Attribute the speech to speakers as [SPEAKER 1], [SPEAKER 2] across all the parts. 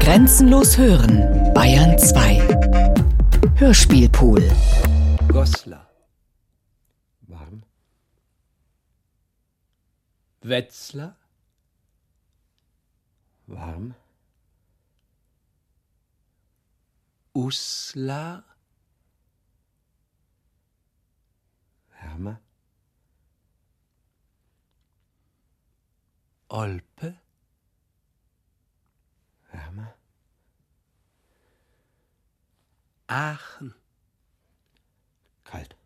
[SPEAKER 1] Grenzenlos hören. Bayern 2. Hörspielpool.
[SPEAKER 2] Goslar. Warm. Wetzlar. Warm. Uslar. Wärmer. Olpe. Wärmer. Aachen. Kalt.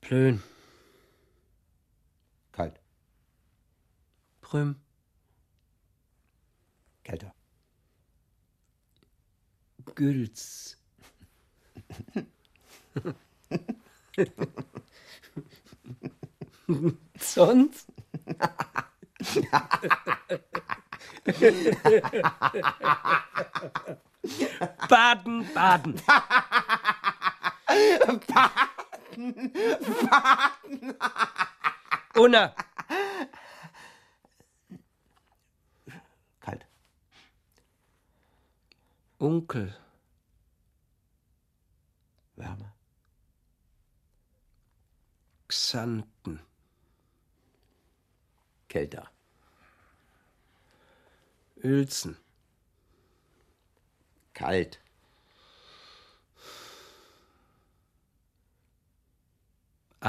[SPEAKER 2] Plön. Kalt. Prüm. Kälter. Gülz. Sonst? Baden, Baden. Unna.
[SPEAKER 3] Kalt.
[SPEAKER 2] Onkel.
[SPEAKER 3] Wärme.
[SPEAKER 2] Xanten.
[SPEAKER 3] Kälter.
[SPEAKER 2] Uelzen.
[SPEAKER 3] Kalt.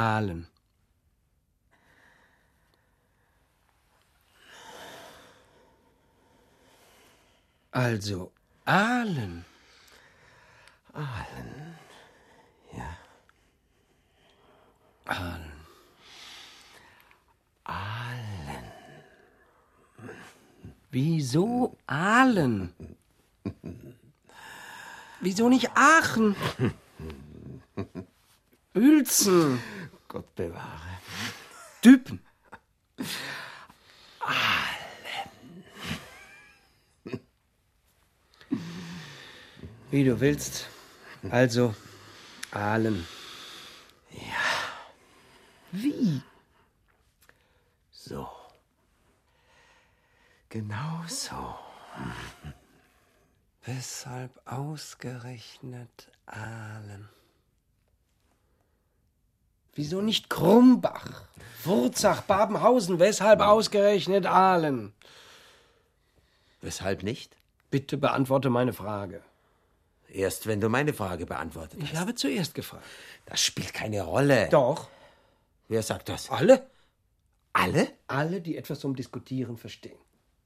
[SPEAKER 2] Aalen. Also, Aalen.
[SPEAKER 3] Ja.
[SPEAKER 2] Aalen.
[SPEAKER 3] Allen.
[SPEAKER 2] Wieso Aalen? Wieso nicht Aachen? Uelzen.
[SPEAKER 3] Gott bewahre.
[SPEAKER 2] Typen. Wie du willst. Also, Ahlen.
[SPEAKER 3] So. Genau so.
[SPEAKER 2] Weshalb ausgerechnet Ahlen? Wieso nicht Krumbach? Wurzach, Babenhausen, weshalb ausgerechnet Ahlen?
[SPEAKER 3] Weshalb nicht?
[SPEAKER 2] Bitte beantworte meine Frage.
[SPEAKER 3] Erst wenn du meine Frage beantwortet
[SPEAKER 2] Ich
[SPEAKER 3] hast.
[SPEAKER 2] habe zuerst gefragt.
[SPEAKER 3] Das spielt keine Rolle.
[SPEAKER 2] Doch.
[SPEAKER 3] Wer sagt das?
[SPEAKER 2] Alle?
[SPEAKER 3] Alle?
[SPEAKER 2] Alle, die etwas zum Diskutieren verstehen.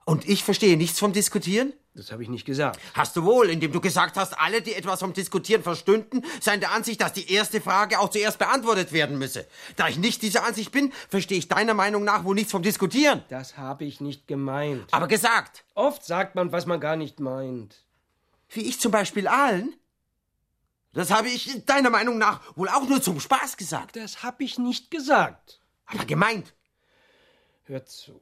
[SPEAKER 3] Und ich verstehe nichts vom Diskutieren?
[SPEAKER 2] Das habe ich nicht gesagt.
[SPEAKER 3] Hast du wohl, indem du gesagt hast, alle, die etwas vom Diskutieren verstünden, seien der Ansicht, dass die erste Frage auch zuerst beantwortet werden müsse. Da ich nicht dieser Ansicht bin, verstehe ich deiner Meinung nach wohl nichts vom Diskutieren.
[SPEAKER 2] Das habe ich nicht gemeint.
[SPEAKER 3] Aber gesagt,
[SPEAKER 2] Oft sagt man, was man gar nicht meint.
[SPEAKER 3] wie ich zum Beispiel Aalen, das habe ich deiner Meinung nach wohl auch nur zum Spaß gesagt.
[SPEAKER 2] Das habe ich nicht gesagt.
[SPEAKER 3] Aber gemeint.
[SPEAKER 2] Hör zu.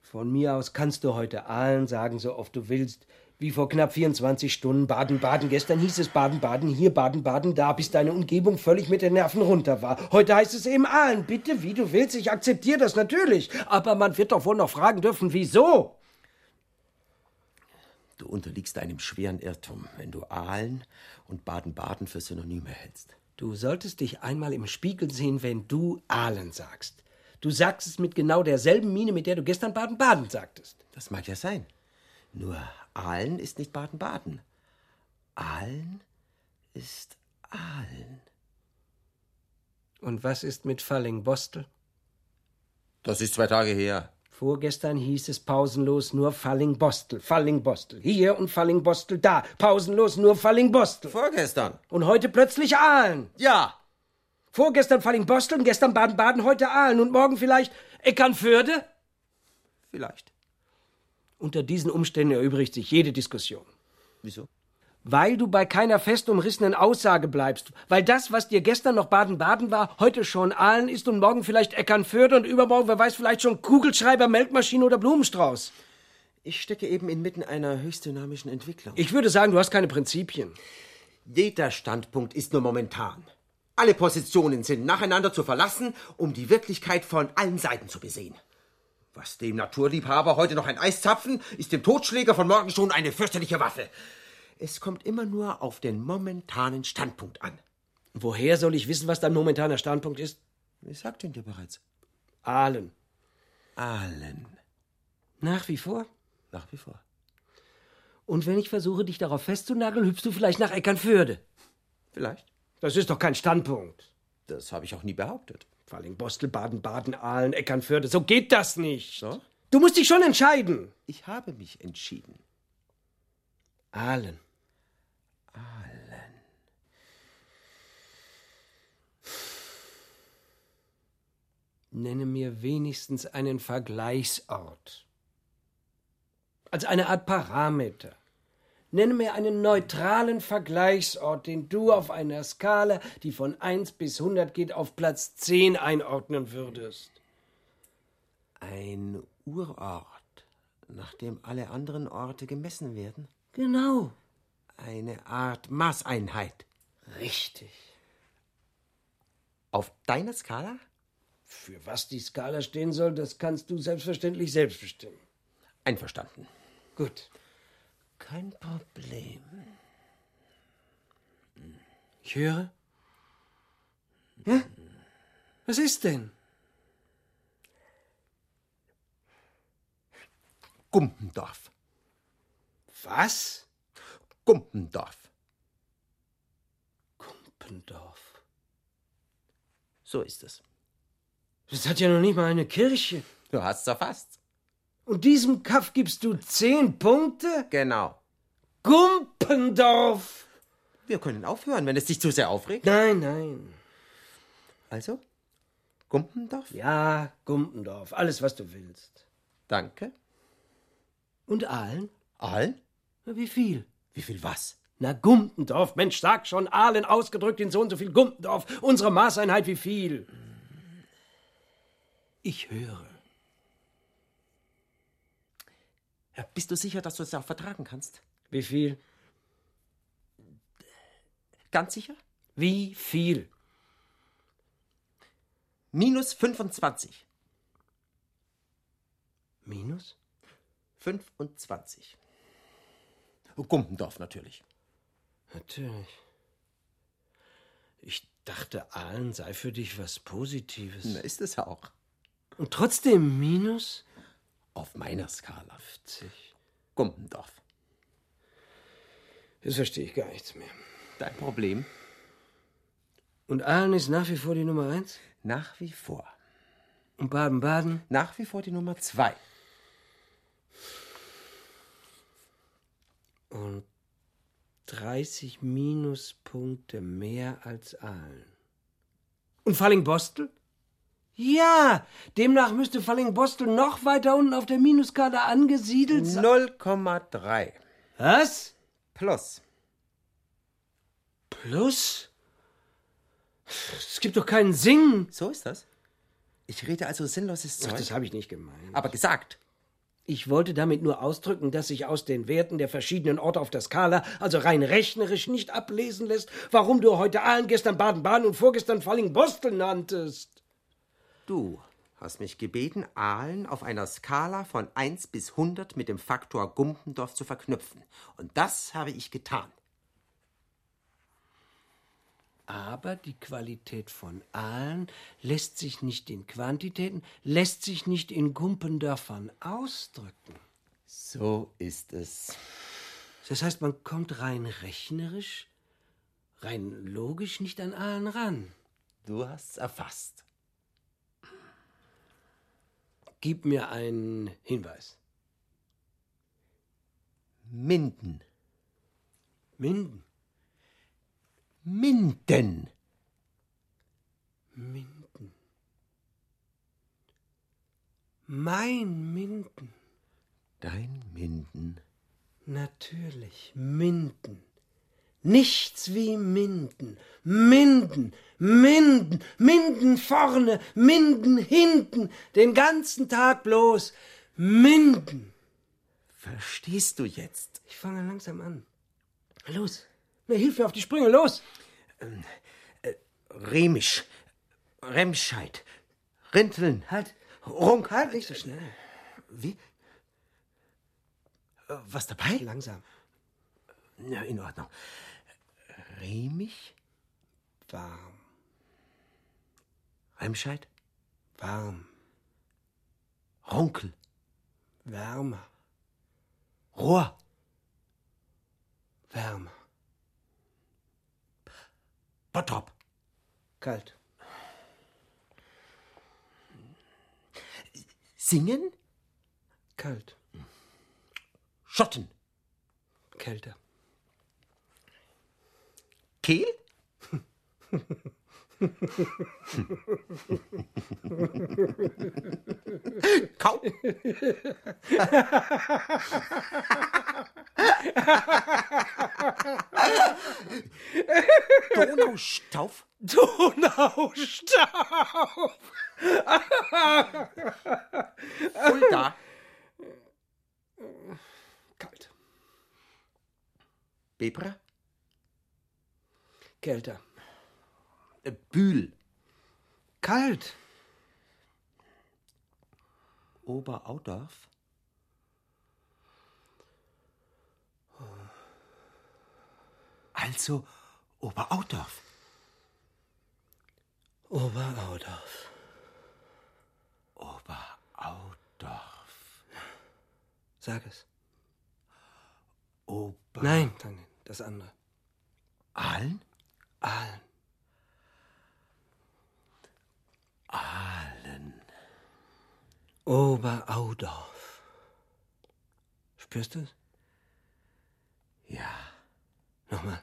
[SPEAKER 2] Von mir aus kannst du heute Aalen sagen, so oft du willst. Wie vor knapp 24 Stunden Baden-Baden. Gestern hieß es Baden-Baden, hier Baden-Baden, da, bis deine Umgebung völlig mit den Nerven runter war. Heute heißt es eben Aalen. Bitte, wie du willst, ich akzeptiere das natürlich. Aber man wird doch wohl noch fragen dürfen, wieso?
[SPEAKER 3] Du unterliegst einem schweren Irrtum, wenn du Aalen und Baden-Baden für Synonyme hältst.
[SPEAKER 2] Du solltest dich einmal im Spiegel sehen, wenn du Aalen sagst. Du sagst es mit genau derselben Miene, mit der du gestern Baden-Baden sagtest.
[SPEAKER 3] Das mag ja sein. Nur Aalen ist nicht Baden-Baden. Aalen ist Aalen.
[SPEAKER 2] Und was ist mit Falling-Bostel?
[SPEAKER 3] Das ist zwei Tage her.
[SPEAKER 2] Vorgestern hieß es pausenlos nur Falling-Bostel, Falling-Bostel. Hier und Falling-Bostel da. Pausenlos nur Falling-Bostel.
[SPEAKER 3] Vorgestern.
[SPEAKER 2] Und heute plötzlich Aalen.
[SPEAKER 3] Ja.
[SPEAKER 2] Vorgestern Falling-Bostel, gestern Baden-Baden, heute Aalen und morgen vielleicht Eckernförde?
[SPEAKER 3] Vielleicht.
[SPEAKER 2] Unter diesen Umständen erübrigt sich jede Diskussion.
[SPEAKER 3] Wieso?
[SPEAKER 2] Weil du bei keiner fest umrissenen Aussage bleibst. Weil das, was dir gestern noch Baden-Baden war, heute schon Aalen ist und morgen vielleicht Eckernförde und übermorgen, wer weiß, vielleicht schon Kugelschreiber, Melkmaschine oder Blumenstrauß.
[SPEAKER 3] Ich stecke eben inmitten einer höchst dynamischen Entwicklung.
[SPEAKER 2] Ich würde sagen, du hast keine Prinzipien.
[SPEAKER 3] Jeder Standpunkt ist nur momentan. Alle Positionen sind nacheinander zu verlassen, um die Wirklichkeit von allen Seiten zu besehen. Was dem Naturliebhaber heute noch ein Eiszapfen, ist dem Totschläger von morgen schon eine fürchterliche Waffe. Es kommt immer nur auf den momentanen Standpunkt an.
[SPEAKER 2] Woher soll ich wissen, was dein momentaner Standpunkt ist?
[SPEAKER 3] Ich sagte ihn dir bereits.
[SPEAKER 2] Ahlen.
[SPEAKER 3] Allen.
[SPEAKER 2] Nach wie vor?
[SPEAKER 3] Nach wie vor.
[SPEAKER 2] Und wenn ich versuche, dich darauf festzunageln, hüpfst du vielleicht nach Eckernförde.
[SPEAKER 3] Vielleicht.
[SPEAKER 2] Das ist doch kein Standpunkt.
[SPEAKER 3] Das habe ich auch nie behauptet.
[SPEAKER 2] Vor allem Bostel, Baden, Baden, Aalen, Eckernförde. So geht das nicht. Du musst dich schon entscheiden.
[SPEAKER 3] Ich habe mich entschieden.
[SPEAKER 2] Aalen. Nenne mir wenigstens einen Vergleichsort. Als eine Art Parameter. Nenne mir einen neutralen Vergleichsort, den du auf einer Skala, die von 1 bis 100 geht, auf Platz 10 einordnen würdest.
[SPEAKER 3] Ein Urort, nach dem alle anderen Orte gemessen werden.
[SPEAKER 2] Genau.
[SPEAKER 3] Eine Art Maßeinheit.
[SPEAKER 2] Richtig.
[SPEAKER 3] Auf deiner Skala?
[SPEAKER 2] Für was die Skala stehen soll, das kannst du selbstverständlich selbst bestimmen.
[SPEAKER 3] Einverstanden.
[SPEAKER 2] Gut.
[SPEAKER 3] Kein Problem.
[SPEAKER 2] Ich höre. Was ist denn?
[SPEAKER 3] Gumpendorf.
[SPEAKER 2] Was?
[SPEAKER 3] Gumpendorf.
[SPEAKER 2] Gumpendorf.
[SPEAKER 3] So ist es.
[SPEAKER 2] Das hat ja noch nicht mal eine Kirche.
[SPEAKER 3] Du hast's erfasst.
[SPEAKER 2] Und diesem Kaff gibst du zehn Punkte?
[SPEAKER 3] Genau.
[SPEAKER 2] Gumpendorf!
[SPEAKER 3] Wir können aufhören, wenn es dich zu sehr aufregt.
[SPEAKER 2] Nein, nein.
[SPEAKER 3] Also? Gumpendorf?
[SPEAKER 2] Ja, Gumpendorf. Alles, was du willst.
[SPEAKER 3] Danke.
[SPEAKER 2] Und Aalen?
[SPEAKER 3] Aalen?
[SPEAKER 2] Na, Wie viel?
[SPEAKER 3] Wie viel was?
[SPEAKER 2] Na, Gumpendorf. Mensch, sag schon. Aalen ausgedrückt in so und so viel Gumpendorf. Unsere Maßeinheit, wie viel? Ich höre.
[SPEAKER 3] Ja, bist du sicher, dass du es auch vertragen kannst?
[SPEAKER 2] Wie viel?
[SPEAKER 3] Ganz sicher?
[SPEAKER 2] Wie viel?
[SPEAKER 3] Minus 25.
[SPEAKER 2] Minus?
[SPEAKER 3] 25. Gumpendorf natürlich.
[SPEAKER 2] Natürlich. Ich dachte, Aalen sei für dich was Positives.
[SPEAKER 3] Na, ist es auch.
[SPEAKER 2] Und trotzdem Minus?
[SPEAKER 3] Auf meiner Skala. Gumpendorf.
[SPEAKER 2] Das verstehe ich gar nichts mehr.
[SPEAKER 3] Dein Problem?
[SPEAKER 2] Und Aalen ist nach wie vor die Nummer eins?
[SPEAKER 3] Nach wie vor.
[SPEAKER 2] Und Baden-Baden?
[SPEAKER 3] Nach wie vor die Nummer zwei.
[SPEAKER 2] Und 30 Minuspunkte mehr als Aalen. Und Fallingbostel? Ja, demnach müsste Fallingbostel noch weiter unten auf der Minuskala angesiedelt
[SPEAKER 3] Also-
[SPEAKER 2] sein.
[SPEAKER 3] 0,3.
[SPEAKER 2] Was?
[SPEAKER 3] Plus.
[SPEAKER 2] Plus? Es gibt doch keinen Singen.
[SPEAKER 3] So ist das. Ich rede also sinnloses
[SPEAKER 2] Ach,
[SPEAKER 3] Zeug.
[SPEAKER 2] das habe ich nicht gemeint.
[SPEAKER 3] aber gesagt.
[SPEAKER 2] Ich wollte damit nur ausdrücken, dass sich aus den Werten der verschiedenen Orte auf der Skala, also rein rechnerisch, nicht ablesen lässt, warum du heute Aalen, gestern Baden-Baden und vorgestern Fallingbostel nanntest.
[SPEAKER 3] Du hast mich gebeten, Aalen auf einer Skala von 1 bis 100 mit dem Faktor Gumpendorf zu verknüpfen. Und das habe ich getan.
[SPEAKER 2] Aber die Qualität von Aalen lässt sich nicht in Quantitäten, lässt sich nicht in Gumpendörfern ausdrücken.
[SPEAKER 3] So ist es.
[SPEAKER 2] Das heißt, man kommt rein rechnerisch, rein logisch nicht an Aalen ran.
[SPEAKER 3] Du hast's erfasst.
[SPEAKER 2] Gib mir einen Hinweis.
[SPEAKER 3] Minden.
[SPEAKER 2] Minden.
[SPEAKER 3] Minden.
[SPEAKER 2] Minden. Mein Minden.
[SPEAKER 3] Dein Minden.
[SPEAKER 2] Natürlich, Minden. Nichts wie Minden. Minden, Minden, Minden vorne, Minden hinten, den ganzen Tag bloß. Minden.
[SPEAKER 3] Verstehst du jetzt?
[SPEAKER 2] Ich fange langsam an. Los, mir hilf mir auf die Sprünge, los.
[SPEAKER 3] Ähm, äh, Remisch. Remscheid. Rinteln.
[SPEAKER 2] Halt.
[SPEAKER 3] Runk.
[SPEAKER 2] Halt nicht so schnell.
[SPEAKER 3] Wie? Äh, Was dabei?
[SPEAKER 2] Langsam.
[SPEAKER 3] Ja, in Ordnung. Remich?
[SPEAKER 2] Warm.
[SPEAKER 3] Remscheid?
[SPEAKER 2] Warm.
[SPEAKER 3] Ronkel?
[SPEAKER 2] Wärmer.
[SPEAKER 3] Rohr?
[SPEAKER 2] Wärmer.
[SPEAKER 3] Bottrop?
[SPEAKER 2] Kalt.
[SPEAKER 3] Singen?
[SPEAKER 2] Kalt.
[SPEAKER 3] Schotten?
[SPEAKER 2] Kälte.
[SPEAKER 3] Kehl? Kau? Donaustauf?
[SPEAKER 2] Donaustaub.
[SPEAKER 3] Fulda?
[SPEAKER 2] Kalt.
[SPEAKER 3] Bebra?
[SPEAKER 2] Kälte.
[SPEAKER 3] Äh, Bühl?
[SPEAKER 2] Kalt.
[SPEAKER 3] Oberaudorf? Also Oberaudorf.
[SPEAKER 2] Oberaudorf.
[SPEAKER 3] Oberaudorf.
[SPEAKER 2] Sag es.
[SPEAKER 3] Ober...
[SPEAKER 2] Nein, Tanin, das andere.
[SPEAKER 3] Aalen?
[SPEAKER 2] Aalen.
[SPEAKER 3] Aalen.
[SPEAKER 2] Oberaudorf. Spürst du es?
[SPEAKER 3] Ja,
[SPEAKER 2] Nochmal.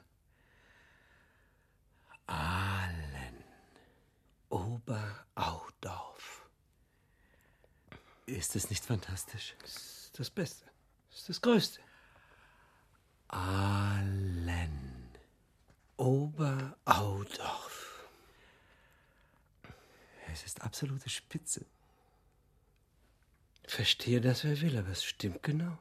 [SPEAKER 3] Aalen.
[SPEAKER 2] Oberaudorf.
[SPEAKER 3] Ist das nicht fantastisch?
[SPEAKER 2] Das ist das Beste. Das ist das Größte.
[SPEAKER 3] Aalen.
[SPEAKER 2] Oberaudorf.
[SPEAKER 3] Es ist absolute Spitze.
[SPEAKER 2] Verstehe das, wer will, aber es stimmt genau.